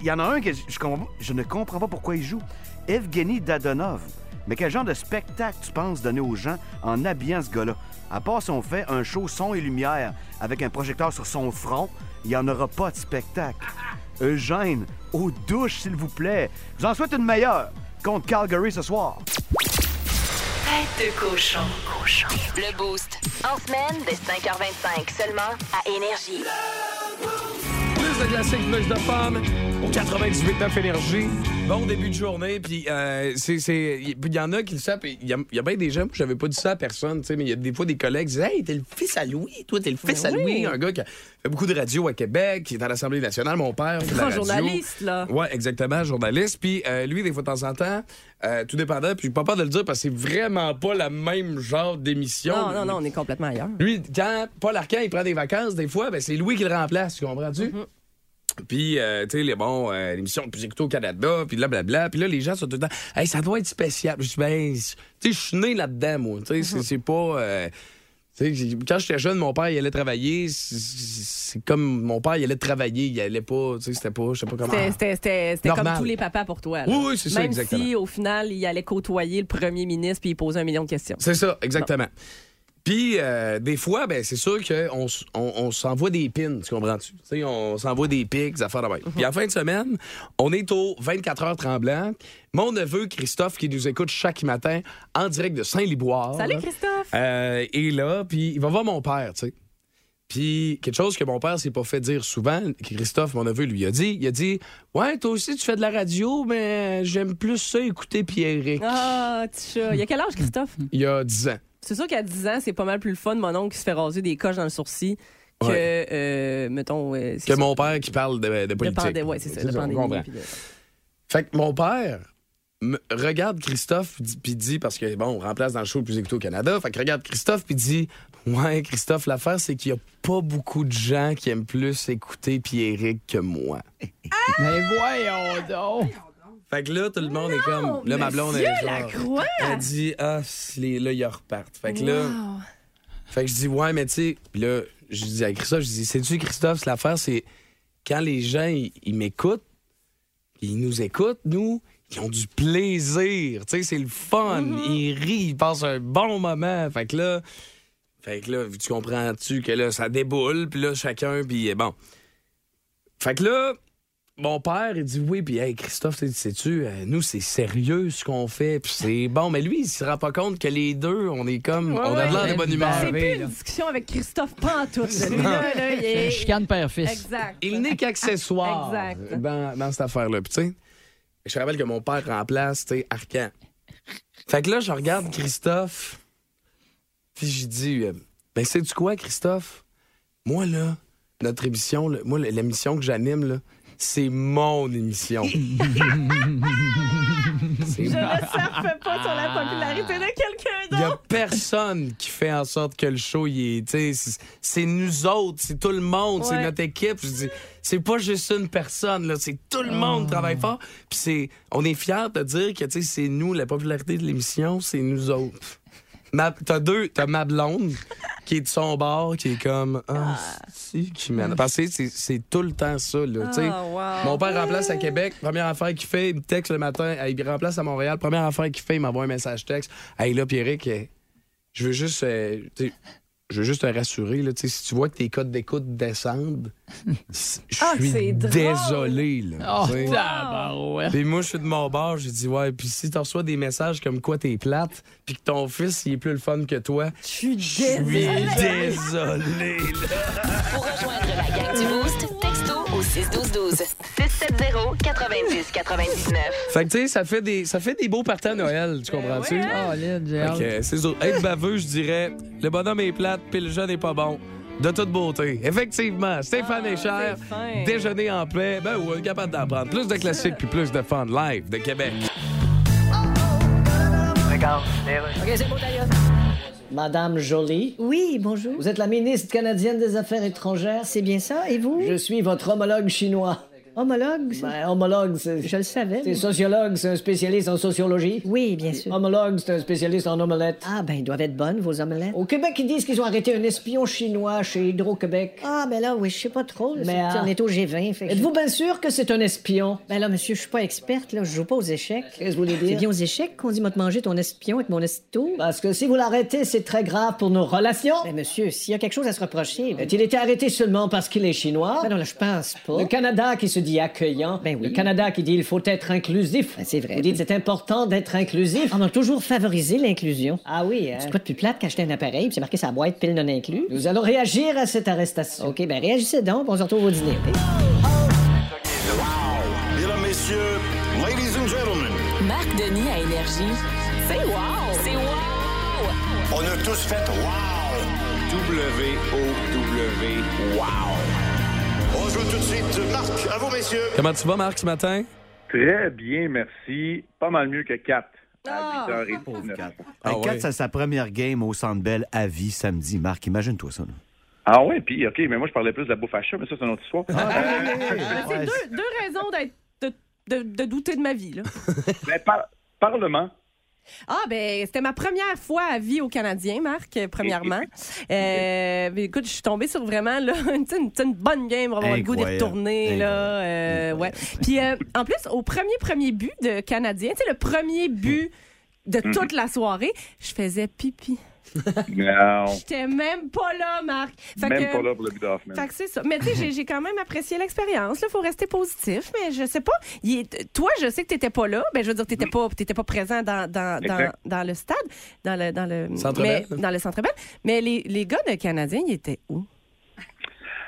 G: il y en a un que je, je com- je ne comprends pas pourquoi il joue. Evgeny Dadonov. Mais quel genre de spectacle tu penses donner aux gens en habillant ce gars-là? À part si on fait un show son et lumière avec un projecteur sur son front, il n'y en aura pas de spectacle. Eugène, aux douches, s'il vous plaît. Je vous en souhaite une meilleure contre Calgary ce soir.
A: Tête de cochon. Cochon. Le Boost. En semaine de 5h25 seulement à Énergie.
C: Plus de classiques, plus de femmes au 98.9 Énergie. Bon début de journée, puis euh, c'est- c'est- il y en a qui le savent, puis il y a, il y a bien des gens, puis j'avais pas dit ça à personne, tu sais, mais il y a des fois des collègues qui disent Hey, t'es le fils à Louis, toi, t'es le fils
E: Ben
C: à Louis, un gars qui a fait beaucoup de radio à Québec, qui est à l'Assemblée nationale, mon père. fait de la
E: grand
C: radio.
E: journaliste, là.
C: Ouais, exactement, journaliste. Puis euh, lui, des fois, de temps en temps, euh, tout dépendant, puis j'ai pas peur de le dire parce que c'est vraiment pas la même genre d'émission.
E: Non, non, non, on est complètement ailleurs.
C: Lui, quand Paul Arcand, il prend des vacances, des fois, ben, c'est Louis qui le remplace, tu comprends-tu? Puis, euh, tu sais, les bons, euh, l'émission de plus écoutée au Canada, puis là, blabla. Puis là, les gens sont tout le temps, hey, ça doit être spécial. Je dis, ben, je- tu sais, je suis né là-dedans, moi. Tu sais, c'est- c'est pas. euh, tu sais, j'ai- quand j'étais jeune, mon père, il allait travailler. C'est- C'est c'est comme mon père, il allait travailler. Il allait pas, tu sais, c'était pas, je sais pas comment.
E: C'était- C'était c'était- c'était comme
C: Normal.
E: tous les papas pour toi. là.
C: Oui, oui, c'est ça,
E: Même
C: exactement.
E: si, au final, il allait côtoyer le premier ministre puis il posait un million de questions.
C: C'est ça, exactement. Puis, euh, des fois, ben, c'est sûr qu'on s- on, on s'envoie des pins, tu comprends-tu? Tu sais, on s'envoie des pics, des affaires de
E: Mhm.
C: même. Puis, en fin de semaine, on est au 24 heures tremblant. Mon neveu Christophe, qui nous écoute chaque matin en direct de Saint-Liboire.
E: Salut, Christophe!
C: Euh, est là, puis il va voir mon père, tu sais. Puis quelque chose que mon père s'est pas fait dire souvent, que Christophe, mon neveu, lui a dit, il a dit « Ouais, toi aussi, tu fais de la radio, mais j'aime plus ça écouter Pierrick.
E: Ah, petit chat. Il y a quel âge,
C: Mm.
E: Christophe?
C: Il y a 10 ans.
E: C'est sûr qu'à 10 ans, c'est pas mal plus le fun, mon oncle qui se fait raser des coches dans le sourcil que,
C: Ouais.
E: euh, mettons, euh, c'est
C: Que
E: ça,
C: mon père qui parle de, de
E: de
C: politique.
E: pandé- ouais, c'est ça, de
C: on
E: pandémie,
C: comprend.
E: puis de-
C: Fait que mon père me regarde Christophe dit- puis dit, parce que bon, on remplace dans le show le plus écouté au Canada, fait que regarde Christophe puis dit Ouais, Christophe, l'affaire, c'est qu'il y a pas beaucoup de gens qui aiment plus écouter Pierrick que moi.
F: Mais voyons donc!
C: Fait que là, tout le monde est
E: Oh,
C: comme. Là, ma blonde, elle, est
E: Monsieur
C: genre,
E: Lacroix!
C: elle dit Ah, si les- là, ils repartent. Fait que là.
E: Wow.
C: Fait que je dis, ouais, mais tu sais, Puis là, je dis à Christophe, je dis, sais-tu, Christophe, l'affaire, c'est quand les gens, ils ils m'écoutent, ils nous écoutent, nous, ils ont du plaisir. Tu sais, c'est le fun. Ils rient, ils passent un bon moment. Fait que là, fait que là, tu comprends-tu que là, ça déboule, puis là, chacun, puis eh, bon. Fait que là, mon père, il dit oui, puis hey, Christophe, tu sais- sais-tu, euh, nous, c'est sérieux ce qu'on fait, puis c'est bon. Mais lui, il se rend pas compte que les deux, on est comme, on a de l'air de bonne humeur.
E: C'est plus
F: Arrivé,
E: une
F: là.
E: discussion avec Christophe Pantoute. Celui-là, là, il est...
F: Chicane père-fils.
E: Exact.
C: Il n'est qu'accessoire
E: Exact.
C: dans, dans cette affaire-là. Puis, tu sais, je te rappelle que mon père remplace, tu sais, Arcan. Fait que là, je regarde Christophe, puis je dis, euh, ben, sais-tu quoi, Christophe? Moi, là, notre émission, là, moi, l'émission que j'anime, là, c'est mon émission.
E: Je ne surfe pas sur la popularité de quelqu'un
C: Il y a
E: d'autre.
C: personne qui fait en sorte que le show, il est, tu sais, c'est- c'est nous autres, c'est tout le monde, c'est
E: Ouais.
C: notre équipe. Je dis, c'est pas juste une personne, là, c'est tout le monde
E: Oh.
C: qui travaille fort. Puis c'est, on est fiers de dire que, tu sais, c'est nous, la popularité de l'émission, c'est nous autres. Ma- T'as deux, t'as ma blonde qui est de son bord, qui est comme, ah, si, qui m'en a- Parce que c'est- c'est tout le temps ça, là, tu sais.
E: Ah, wow.
C: Mon père remplace à Québec. Première affaire qu'il fait, il me texte le matin. Hey, Il remplace à Montréal. Première affaire qu'il fait, il m'envoie un message texte. Hey, là, Pierrick, euh, je veux juste. euh, tu sais, je veux juste te rassurer, là, tu sais, si tu vois que tes codes d'écoute descendent, c- je
E: Ah,
C: suis
E: c'est drôle.
C: désolé. Là,
F: Oh,
C: tu sais.
F: tabarouette!
C: Puis moi, je suis de mon bord, j'ai dit, ouais, puis si tu reçois des messages comme quoi t'es plate, puis que ton fils, il est plus le fun que toi,
E: Je suis
C: je suis
E: désolée.
C: désolé. là.
A: Pour rejoindre la gang du Boost, texto au 61212. 670 90 99.
C: Fait que, tu sais, ça fait des, ça fait des beaux partants à Noël,
E: Ben
C: tu comprends-tu?
E: hein?
F: Ah, là,
C: Fait que, c'est sûr. Être baveux, je dirais, le bonhomme est plate, puis le jeune est pas bon. De toute beauté. Effectivement, Stéphane
E: Ah,
C: est cher.
E: c'est fin.
C: Déjeuner en paix. Ben oui, capable d'en prendre. Plus de classiques puis plus de fun live de Québec.
K: Madame Jolie.
I: Oui, bonjour.
K: Vous êtes la ministre canadienne des Affaires étrangères.
I: C'est bien ça, et vous?
K: Je suis votre homologue chinois.
I: Homologue? c'est-
K: Ben, homologue, c'est.
I: Je le savais.
K: C'est
I: mais-
K: sociologue, c'est un spécialiste en sociologie.
I: Oui, bien sûr.
K: Homologue, c'est un spécialiste en omelette.
I: Ah, ben, ils doivent être bonnes, vos omelettes.
K: Au Québec, ils disent qu'ils ont arrêté un espion chinois chez Hydro-Québec.
I: Ah, ben là, oui, je sais pas trop. là,
K: Mais,
I: c'est-
K: ah.
I: On est au G20, fait que-
K: Êtes-vous bien sûr que c'est un espion?
I: Ben là, monsieur, je suis pas experte, là. Je joue pas aux échecs.
K: Qu'est-ce que vous voulez dire? Ah.
I: C'est bien aux échecs qu'on dit, m'a te manger ton espion avec mon estour.
K: Parce que si vous l'arrêtez, c'est très grave pour nos relations.
I: Ben, monsieur, s'il y a quelque chose à se reprocher, ben,
K: Il était arrêté seulement parce qu'il est chinois.
I: ben non, là, je pense pas.
K: Ah. Le Canada qui se dit accueillant.
I: Ben oui.
K: Le Canada qui dit il faut être inclusif.
I: Ben, c'est vrai. Ah
K: Vous dites c'est important d'être inclusif.
I: On a toujours favorisé l'inclusion.
K: Ah oui, hein.
I: C'est quoi de plus plate qu'acheter un appareil, puis c'est marqué sa boîte pile non inclus?
K: Nous allons réagir à cette arrestation.
I: OK, ben réagissez donc, puis on se retrouve au dîner, OK?
B: Mesdames, messieurs, ladies and
M: and gentlemen.
A: Marc Denis à Énergie. C'est wow! C'est wow!
M: On a tous fait wow! W-O-W, wow! On joue tout de suite Marc. À vous, messieurs.
C: Comment tu vas, Marc, ce matin?
H: Très bien, merci. Pas mal mieux que 4 à 8h19.
G: Hey, Kat, c'est sa première game au Centre Bell à vie samedi. Marc, imagine-toi ça. là.
H: Ah ouais, puis OK, mais moi je parlais plus de la bouffe à chat, mais ça c'est une autre histoire.
E: Mais Ah, ben, C'est deux, deux raisons d'être- de, de- de douter de ma vie. là.
H: Mais Ben, par- Parlement,
E: Ah, ben, c'était ma première fois à vie au Canadien, Marc, euh, premièrement. Euh, mais écoute, je suis tombée sur vraiment là, une, tu sais, une- tu sais, une bonne game pour avoir le goût d'y
N: Incroyable.
E: retourner. Là, euh, ouais. Puis, euh, en plus, au premier, premier but de Canadien, tu sais, le premier but de
H: Mhm.
E: toute la soirée, je faisais pipi.
H: non.
E: J'étais même pas là, Marc. Fait
H: Même
E: que-
H: pas là pour le but d'off, man.
E: fait que c'est ça. Mais tu sais, j'ai- j'ai quand même apprécié l'expérience. Il faut rester positif. Mais je sais pas. Il est- Toi, je sais que t'étais pas là. Ben, je veux dire,
H: Mm.
E: t'étais pas, t'étais pas présent dans, dans, dans,
N: Exact.
E: dans le stade, dans le, dans le
H: Centre
E: mais-
H: Bell.
E: Dans le centre Bell. Mais les, les gars de Canadiens, ils étaient où?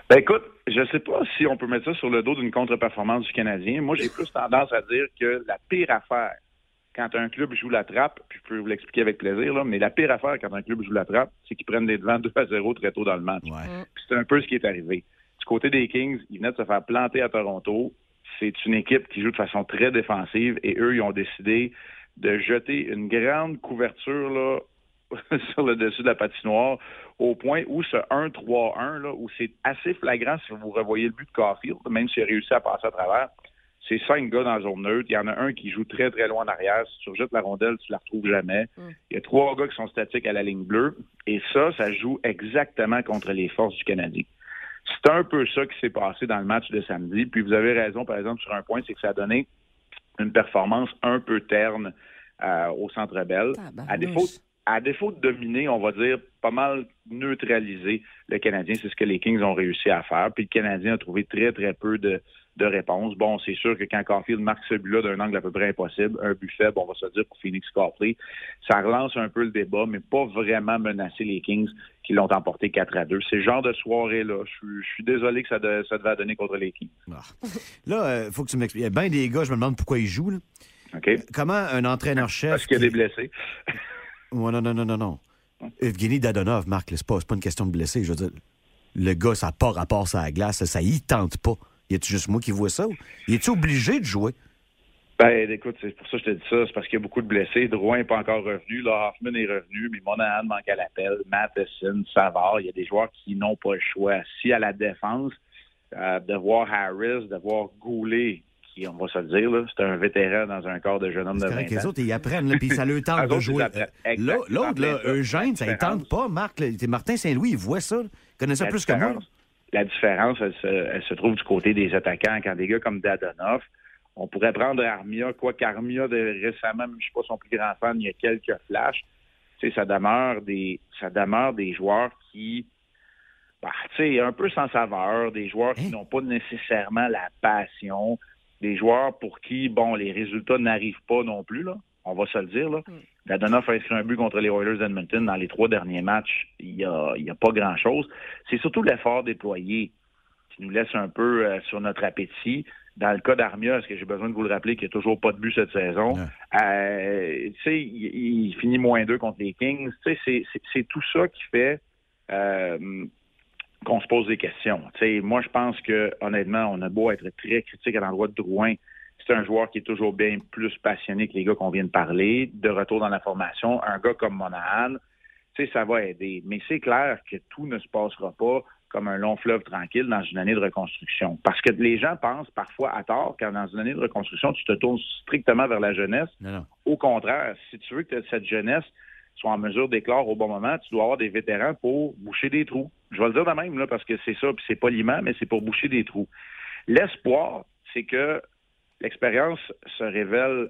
H: Ben écoute, je sais pas si on peut mettre ça sur le dos d'une contre-performance du Canadien. Moi, j'ai plus tendance à dire que la pire affaire quand un club joue la trappe, puis je peux vous l'expliquer avec plaisir, là, mais la pire affaire quand un club joue la trappe, c'est qu'ils prennent des devants 2 à 0 très tôt dans le match.
E: Mm.
H: Puis c'est un peu ce qui est arrivé. Du côté des Kings, ils venaient de se faire planter à Toronto. C'est une équipe qui joue de façon très défensive et eux, ils ont décidé de jeter une grande couverture là, sur le dessus de la patinoire au point où ce 1-3-1, là, où c'est assez flagrant si vous revoyez le but de Caulfield, même s'il a réussi à passer à travers, c'est cinq gars dans la zone neutre. Il y en a un qui joue très, très loin en arrière. Si tu rejettes la rondelle, tu la retrouves jamais. Il y a trois gars qui sont statiques à la ligne bleue. Et ça, ça joue exactement contre les forces du Canadien. C'est un peu ça qui s'est passé dans le match de samedi. Puis vous avez raison, par exemple, sur un point, c'est que ça a donné une performance un peu terne euh, au Centre Bell. À défaut, à défaut de dominer, on va dire pas mal neutraliser le Canadien. C'est ce que les Kings ont réussi à faire. Puis le Canadien a trouvé très, très peu de, de réponses. Bon, c'est sûr que quand Caulfield marque ce but-là d'un angle à peu près impossible, un but faible, on va se dire pour Phoenix Copley, ça relance un peu le débat, mais pas vraiment menacer les Kings qui l'ont emporté 4 à 2. C'est le genre de soirée-là. Je suis- je suis désolé que ça, de- ça devait donner contre les Kings.
G: Là, il faut que tu m'expliques. Il y a bien des gars, je me demande pourquoi ils jouent. Là.
H: OK.
G: Comment un entraîneur-chef.
H: Parce qu'il y a des blessés.
G: Ouais, non, non, non, non, non. Evgeny Dadonov, Marc, là, c'est pas, c'est pas une question de blessé. Je veux dire, le gars, ça n'a pas rapport à la glace. Ça y tente pas. Y a-tu juste moi qui vois ça? ou Y est tu obligé de jouer?
H: Ben, écoute, c'est pour ça que je te dis ça. C'est parce qu'il y a beaucoup de blessés. Drouin n'est pas encore revenu. Là, Hoffman est revenu, mais Monahan manque à l'appel. Matheson, Savard, il y a des joueurs qui n'ont pas le choix. Si à la défense, euh, de voir Harris, de voir Goulet, qui, on va se le dire, là, c'est un vétéran dans un corps de jeune homme de
G: C'est correct,
H: 20
G: les
H: ans.
G: autres, ils apprennent, là, puis ça leur
H: Eux
G: tente
H: autres,
G: de
H: ils
G: jouer.
H: apprennent.
G: Euh,
H: Exact.
G: l'au- L'autre, là,
H: Ils apprennent
G: Eugène, ça ne
H: différence.
G: tente pas, Marc. là. Martin Saint-Louis, il voit ça. là. Il connaît ça
H: La
G: plus que moi.
H: différence- La différence, elle se, elle se trouve du côté des attaquants. Quand des gars comme Dadonov, on pourrait prendre Armia, quoi qu'Armia, de- récemment, je ne suis pas son plus grand fan, il y a quelques flashs. Tu sais, ça demeure des, ça demeure des joueurs qui, bah, tu sais, un peu sans saveur, des joueurs qui n'ont pas nécessairement la passion, des joueurs pour qui, bon, les résultats n'arrivent pas non plus, là. On va se le dire, là. Dadonov a inscrit un but contre les Oilers d'Edmonton dans les trois derniers matchs. Il n'y a, il y a pas grand-chose. C'est surtout l'effort déployé qui nous laisse un peu euh, sur notre appétit. Dans le cas d'Armia, est-ce que j'ai besoin de vous le rappeler qu'il n'y a toujours pas de but cette saison? Euh, tu sais, il, il finit moins deux contre les Kings. Tu sais, c'est- c'est- c'est tout ça qui fait euh, qu'on se pose des questions. Tu sais, moi, je pense que, honnêtement, on a beau être très critique à l'endroit de Drouin. C'est un joueur qui est toujours bien plus passionné que les gars qu'on vient de parler. De retour dans la formation, un gars comme Monahan, tu sais, ça va aider. Mais c'est clair que tout ne se passera pas comme un long fleuve tranquille dans une année de reconstruction. Parce que les gens pensent parfois à tort quand dans une année de reconstruction, tu te tournes strictement vers la jeunesse. Au contraire, si tu veux que cette jeunesse soit en mesure d'éclore au bon moment, tu dois avoir des vétérans pour boucher des trous. Je vais le dire de même, là, parce que c'est ça, puis c'est poliment, mais c'est pour boucher des trous. L'espoir, c'est que l'expérience se révèle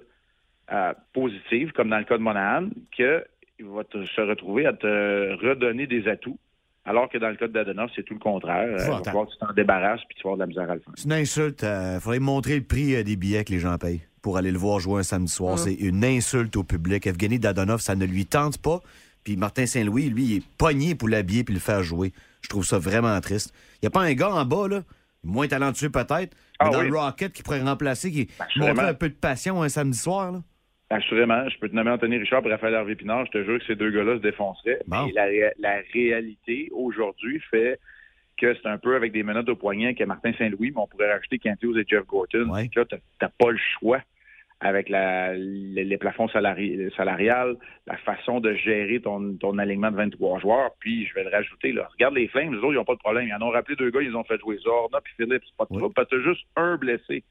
H: euh, positive, comme dans le cas de Monahan, que il va te- se retrouver à te redonner des atouts, alors que dans le cas de Dadonov, c'est tout le contraire. Euh, il va
G: Attends.
H: falloir que tu t'en débarrasses puis tu vas avoir de la misère à le faire.
G: C'est une insulte. Il faudrait montrer le prix euh, des billets que les gens payent pour aller le voir jouer un samedi soir.
H: Mm.
G: C'est une insulte au public. Evgeny Dadonov, ça ne lui tente pas. Puis Martin Saint-Louis, lui, il est pogné pour l'habiller puis le faire jouer. Je trouve ça vraiment triste. Il n'y a pas un gars en bas, là, moins talentueux peut-être,
H: Ah
G: mais dans
H: oui. Ben,
G: le Rocket qui pourrait remplacer, qui
H: sûrement.
G: montrait un peu de passion un samedi soir. Là.
H: Assurément, je peux te nommer Anthony Richard et Raphaël Harvey Pinard. Je te jure que ces deux gars-là se défonceraient. Mais la, ré- la réalité aujourd'hui fait que c'est un peu avec des menottes au poignet que Martin Saint-Louis, mais on pourrait rajouter Kent Hughes et Jeff Gorton. Donc Là, t'as- t'as pas le choix avec la- les, les plafonds salari- salariales, la façon de gérer ton, ton alignement de 23 joueurs. Puis, je vais le rajouter, là. regarde les Flames, les autres, ils n'ont pas de problème. Ils en ont rappelé deux gars, ils ont fait jouer Zorna puis Philippe. C'est pas de trouble, parce que t'as juste un blessé.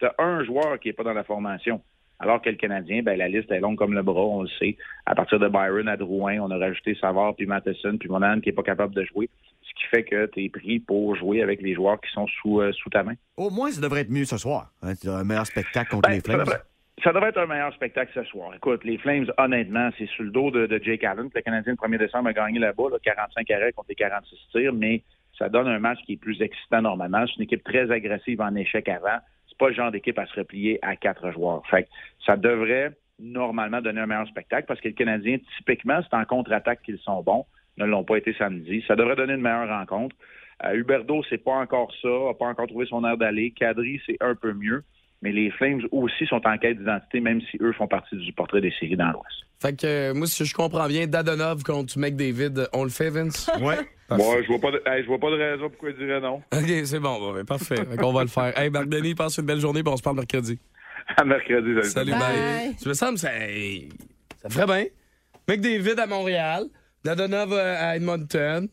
H: T'as un joueur qui n'est pas dans la formation. Alors que le Canadien, ben, la liste est longue comme le bras, on le sait. À partir de Byron à Drouin, on a rajouté Savard, puis Matheson, puis Monahan qui n'est pas capable de jouer. Ce qui fait que tu es pris pour jouer avec les joueurs qui sont sous, euh, sous ta main.
G: Au moins, ça devrait être mieux ce soir. Hein, tu as un meilleur spectacle
C: Ben,
G: contre les Flames.
H: Ça devrait, ça devrait être un meilleur spectacle ce soir. Écoute, les Flames, honnêtement, c'est sur le dos de, de Jake Allen. Le Canadien, le 1er décembre, a gagné là-bas, là, 45 arrêts contre les 46 tirs, mais ça donne un match qui est plus excitant normalement. C'est une équipe très agressive en échec avant. C'est pas le genre d'équipe à se replier à quatre joueurs. Fait que ça devrait normalement donner un meilleur spectacle parce que le Canadien, typiquement, c'est en contre-attaque qu'ils sont bons. Ne l'ont pas été samedi. Ça devrait donner une meilleure rencontre. Euh, Huberdeau, c'est pas encore ça, a pas encore trouvé son air d'aller. Kadri, c'est un peu mieux. Mais les Flames aussi sont en quête d'identité, même si eux font partie du portrait des séries dans l'Ouest.
C: Fait que euh, moi, si je comprends bien, Dadonov contre McDavid, on le fait, Vince?
G: Ouais.
H: Moi, je vois pas de, hey, je vois pas de raison pourquoi ils diraient non.
C: OK, c'est bon, bon, ben, parfait. Fait qu'on va le faire. Hey, Marc Denis, passe une belle journée, puis on se parle mercredi.
H: À mercredi,
C: salut.
H: Bye.
C: bye. Tu me semble, ça, hey, ça ferait bien. McDavid à Montréal, Dadonov euh, à Edmonton.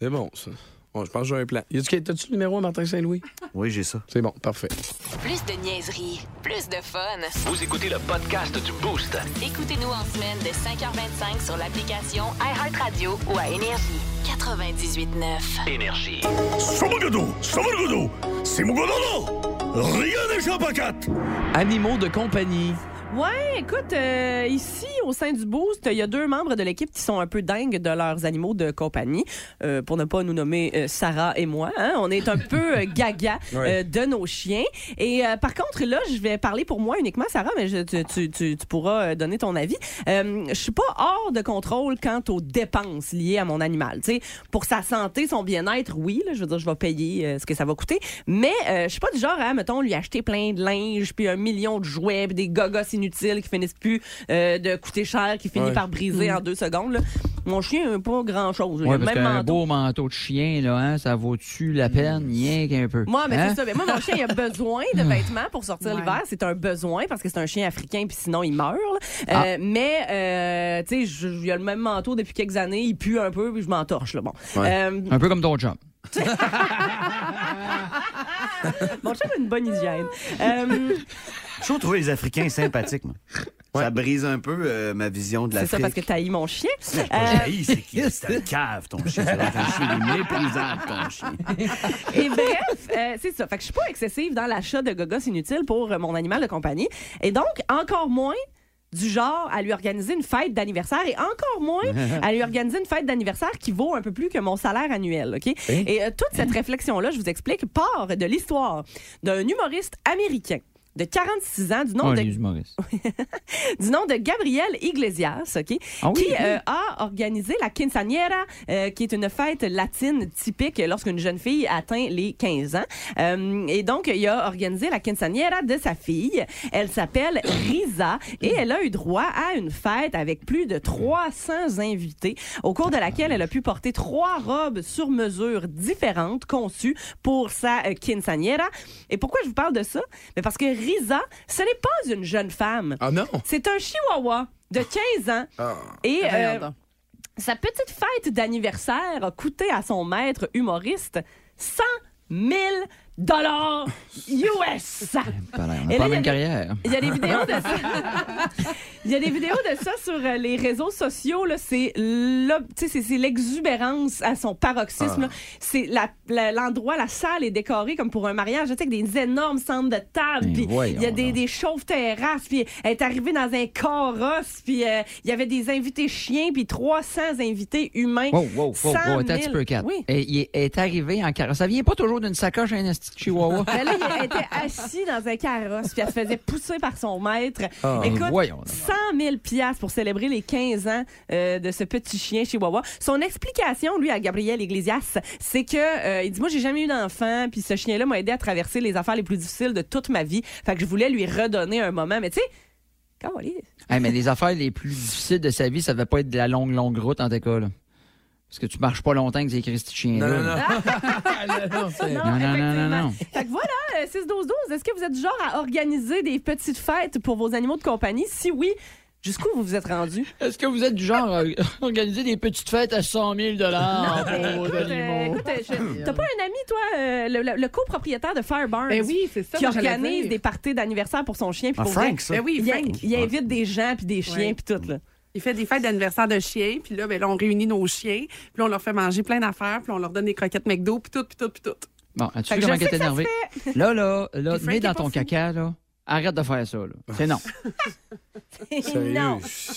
C: C'est bon, ça. Bon, je pense que j'ai un plan. Y a-tu- T'as-tu le numéro à Martin Saint-Louis?
G: Oui, j'ai ça.
C: C'est bon, parfait.
A: Plus de niaiserie, plus de fun.
B: Vous écoutez le podcast du Boost.
A: Écoutez-nous en semaine de 5h25 sur l'application iHeartRadio ou à Énergie. 98.9.
B: Énergie.
N: Samargadou, Samargadou, c'est mon godolo. Rien n'échappe à quatre.
C: Animaux de compagnie.
E: Ouais, écoute, euh, ici, au sein du Boost, il y a deux membres de l'équipe qui sont un peu dingues de leurs animaux de compagnie, euh, pour ne pas nous nommer euh, Sarah et moi. hein. On est un peu euh, gaga
O: Ouais.
E: euh, de nos chiens. Et euh, par contre, là, je vais parler pour moi uniquement, Sarah, mais je- tu, tu- tu- tu pourras euh, donner ton avis. Euh, je suis pas hors de contrôle quant aux dépenses liées à mon animal. Tu sais, pour sa santé, son bien-être, oui, là, je veux dire, je vais payer euh, ce que ça va coûter. Mais euh, je suis pas du genre à, mettons, lui acheter plein de linge, puis un million de jouets, puis des gogos inutiles qui finissent plus euh, de coûter cher, qui finit
F: Ouais.
E: par briser
F: Mm.
E: en deux secondes. là. Mon chien, euh, pas grand-chose. Il a
F: Ouais,
E: le
F: parce
E: même
F: qu'un
E: manteau.
F: beau manteau de chien, là, hein, ça vaut-tu la peine? Rien qu'un peu.
E: Moi, mais
F: Hein? Hmm.
E: c'est ça. Mais moi, mon chien, il a besoin de vêtements pour sortir l'hiver. C'est un besoin parce que c'est un chien africain, puis sinon, il meurt. là.
F: Ah.
E: Euh, Mais, euh, tu sais, je- il a le même manteau depuis quelques années. Il pue un peu, puis je m'entorche. là. Bon.
F: Ouais.
E: Euh,
F: Un peu comme ton job.
E: Mon chien a une bonne hygiène. Euh,
G: J'ai toujours trouvé les Africains sympathiques. moi. Ça brise un peu euh, ma vision de
E: c'est ça parce
G: l'Afrique.
E: que t'as haï mon chien.
G: Non, je
E: Euh,
G: pas jailli, c'est qui? C'est un cave, ton chien. C'est un chien il est méprisable, ton chien.
E: Et bref, euh, c'est ça. Fait que je suis pas excessive dans l'achat de gogos inutiles pour euh, mon animal de compagnie. Et donc, encore moins du genre à lui organiser une fête d'anniversaire et encore moins à lui organiser une fête d'anniversaire qui vaut un peu plus que mon salaire annuel, OK?
O: Hein?
E: Et euh, toute cette réflexion-là, je vous explique, part de l'histoire d'un humoriste américain de 46 ans du nom
F: Oh,
E: de
F: les humoristes.
E: du nom de Gabriel Iglesias, OK,
F: Ah oui,
E: qui
F: oui.
E: euh, a organisé la quinceañera, euh, qui est une fête latine typique lorsqu'une jeune fille atteint les 15 ans. Euh, et donc, il a organisé la quinceañera de sa fille. Elle s'appelle Risa et elle a eu droit à une fête avec plus de 300 invités, au cours de laquelle elle a pu porter trois robes sur mesure différentes conçues pour sa euh, quinceañera. Et pourquoi je vous parle de ça? Mais parce que Risa, ce n'est pas une jeune femme.
C: Ah non?
E: C'est un chihuahua de 15 ans. Et euh, sa petite fête d'anniversaire a coûté à son maître humoriste 100 000 dollars US.
F: Pas l'air, On
E: Et là, il y a
F: n'a pas la même
E: des-
F: carrière.
E: Il y a des vidéos de ça. Il y a des vidéos de ça sur euh, les réseaux sociaux. là. C'est l'ob- tu sais, c'est- c'est l'exubérance à son paroxysme.
O: Ah.
E: là. C'est la- la- l'endroit, la, salle est décorée comme pour un mariage, tu sais, avec des énormes centres de table.
O: Ben
E: Puis il y a
O: voyons
E: des, des chauves terrasses. Puis elle est arrivée dans un carrosse. Puis euh, il y avait des invités chiens. Puis 300 invités humains.
F: Wow, wow, wow, wow,
E: 100 000.
F: attends un petit peu, Kat. Eh,
E: Oui.
F: Et il est- est arrivé en carrosse. Ça vient pas toujours d'une sacoche à un esti Chihuahua.
E: Mais Ben là, il était assis dans un carrosse, puis elle se faisait pousser par son maître.
F: Ah,
E: Écoute,
F: voyons donc.
E: 100 000 piastres pour célébrer les 15 ans euh, de ce petit chien chihuahua. Son explication, lui, à Gabriel Iglesias, c'est que euh, il dit, moi, j'ai jamais eu d'enfant, puis ce chien-là m'a aidé à traverser les affaires les plus difficiles de toute ma vie. Fait que je voulais lui redonner un moment. Mais tu sais, quand
F: Hey, mais les affaires les plus difficiles de sa vie, ça devait pas être de la longue, longue route en tes cas, là. Parce que tu marches pas longtemps que c'est écrit ce chien-là.
E: Non, non, non.
F: non, non, non, non, non.
E: Fait que voilà, euh, 6-12-12, est-ce que vous êtes du genre à organiser des petites fêtes pour vos animaux de compagnie? Si oui, jusqu'où vous vous êtes rendu?
F: Est-ce que vous êtes du genre à organiser des petites fêtes à 100
E: Non, mais
F: 000 pour vos
E: écoute, euh,
F: animaux?
E: écoute, euh, je- t'as pas un ami, toi, euh, le, le- le copropriétaire de Fireburns,
O: Ben oui, c'est ça,
E: qui
O: moi, j'allais
E: organise
O: dire.
E: des parties d'anniversaire pour son chien. puis
O: Ah,
E: pour
O: Frank,
E: vrai,
O: ça. Ben oui,
E: il,
O: Frank.
E: il invite des gens, puis des chiens,
O: Ouais.
E: puis tout. Là.
O: Il fait des fêtes d'anniversaire de chiens, puis là, ben, là, on réunit nos chiens, puis là, on leur fait manger plein d'affaires, puis on leur donne des croquettes McDo, puis tout, puis tout, puis tout.
F: Bon, as-tu
O: Fait
F: vu
O: que
F: comment
O: je
F: elle
O: sais
F: était
O: que ça se
F: énervée?
O: fait.
F: Là, là, là,
O: Puis Frank
F: mets
O: est
F: dans
O: pas
F: ton
O: fou.
F: caca, là. Arrête de faire ça, là.
C: Ah.
F: C'est non.
G: Sérieux,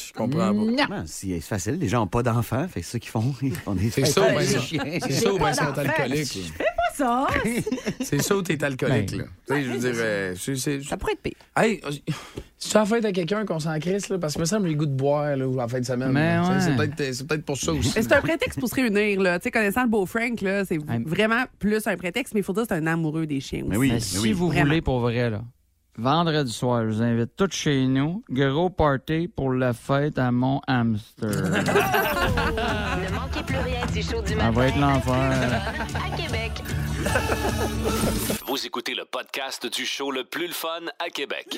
G: Je comprends pas. Ben, si, c'est facile, les gens n'ont pas d'enfants, fait que c'est ça qu'ils font. Ils font des
C: C'est ça, ben, ça. C'est ça, ben, ils sont alcooliques, là.
E: Fais pas ça! Ben,
C: C'est ça où t'es alcoolique, là. Tu sais, je veux dire, euh, c'est- c'est-
E: Ça pourrait être pire.
C: Hey, oh, si tu as fait à quelqu'un qu'on s'en crisse, là, parce que me semble j'ai le goût de boire, là, en fin de semaine.
O: Mais
C: là. Tu sais,
O: ouais.
C: C'est peut-être- C'est peut-être pour ça aussi.
O: Mais C'est un prétexte pour se réunir, là. Tu sais, connaissant le beau Frank, là, c'est vraiment plus un prétexte, mais il faut dire que c'est un amoureux des chiens aussi.
F: si vous
O: Vraiment.
F: voulez, pour vrai, là, vendredi soir, je vous invite tous chez nous. Gros party pour la fête à mon hamster.
A: Ne manquez plus rien du show du
F: Ça
A: matin.
F: va être l'enfer.
A: À Québec.
B: Vous écoutez le podcast du show le plus le fun à Québec.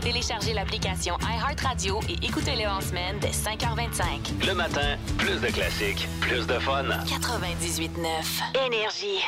A: Téléchargez l'application iHeartRadio et écoutez-le en semaine dès 5h25.
B: Le matin, plus de classiques, plus de fun.
A: 98.9 Énergie.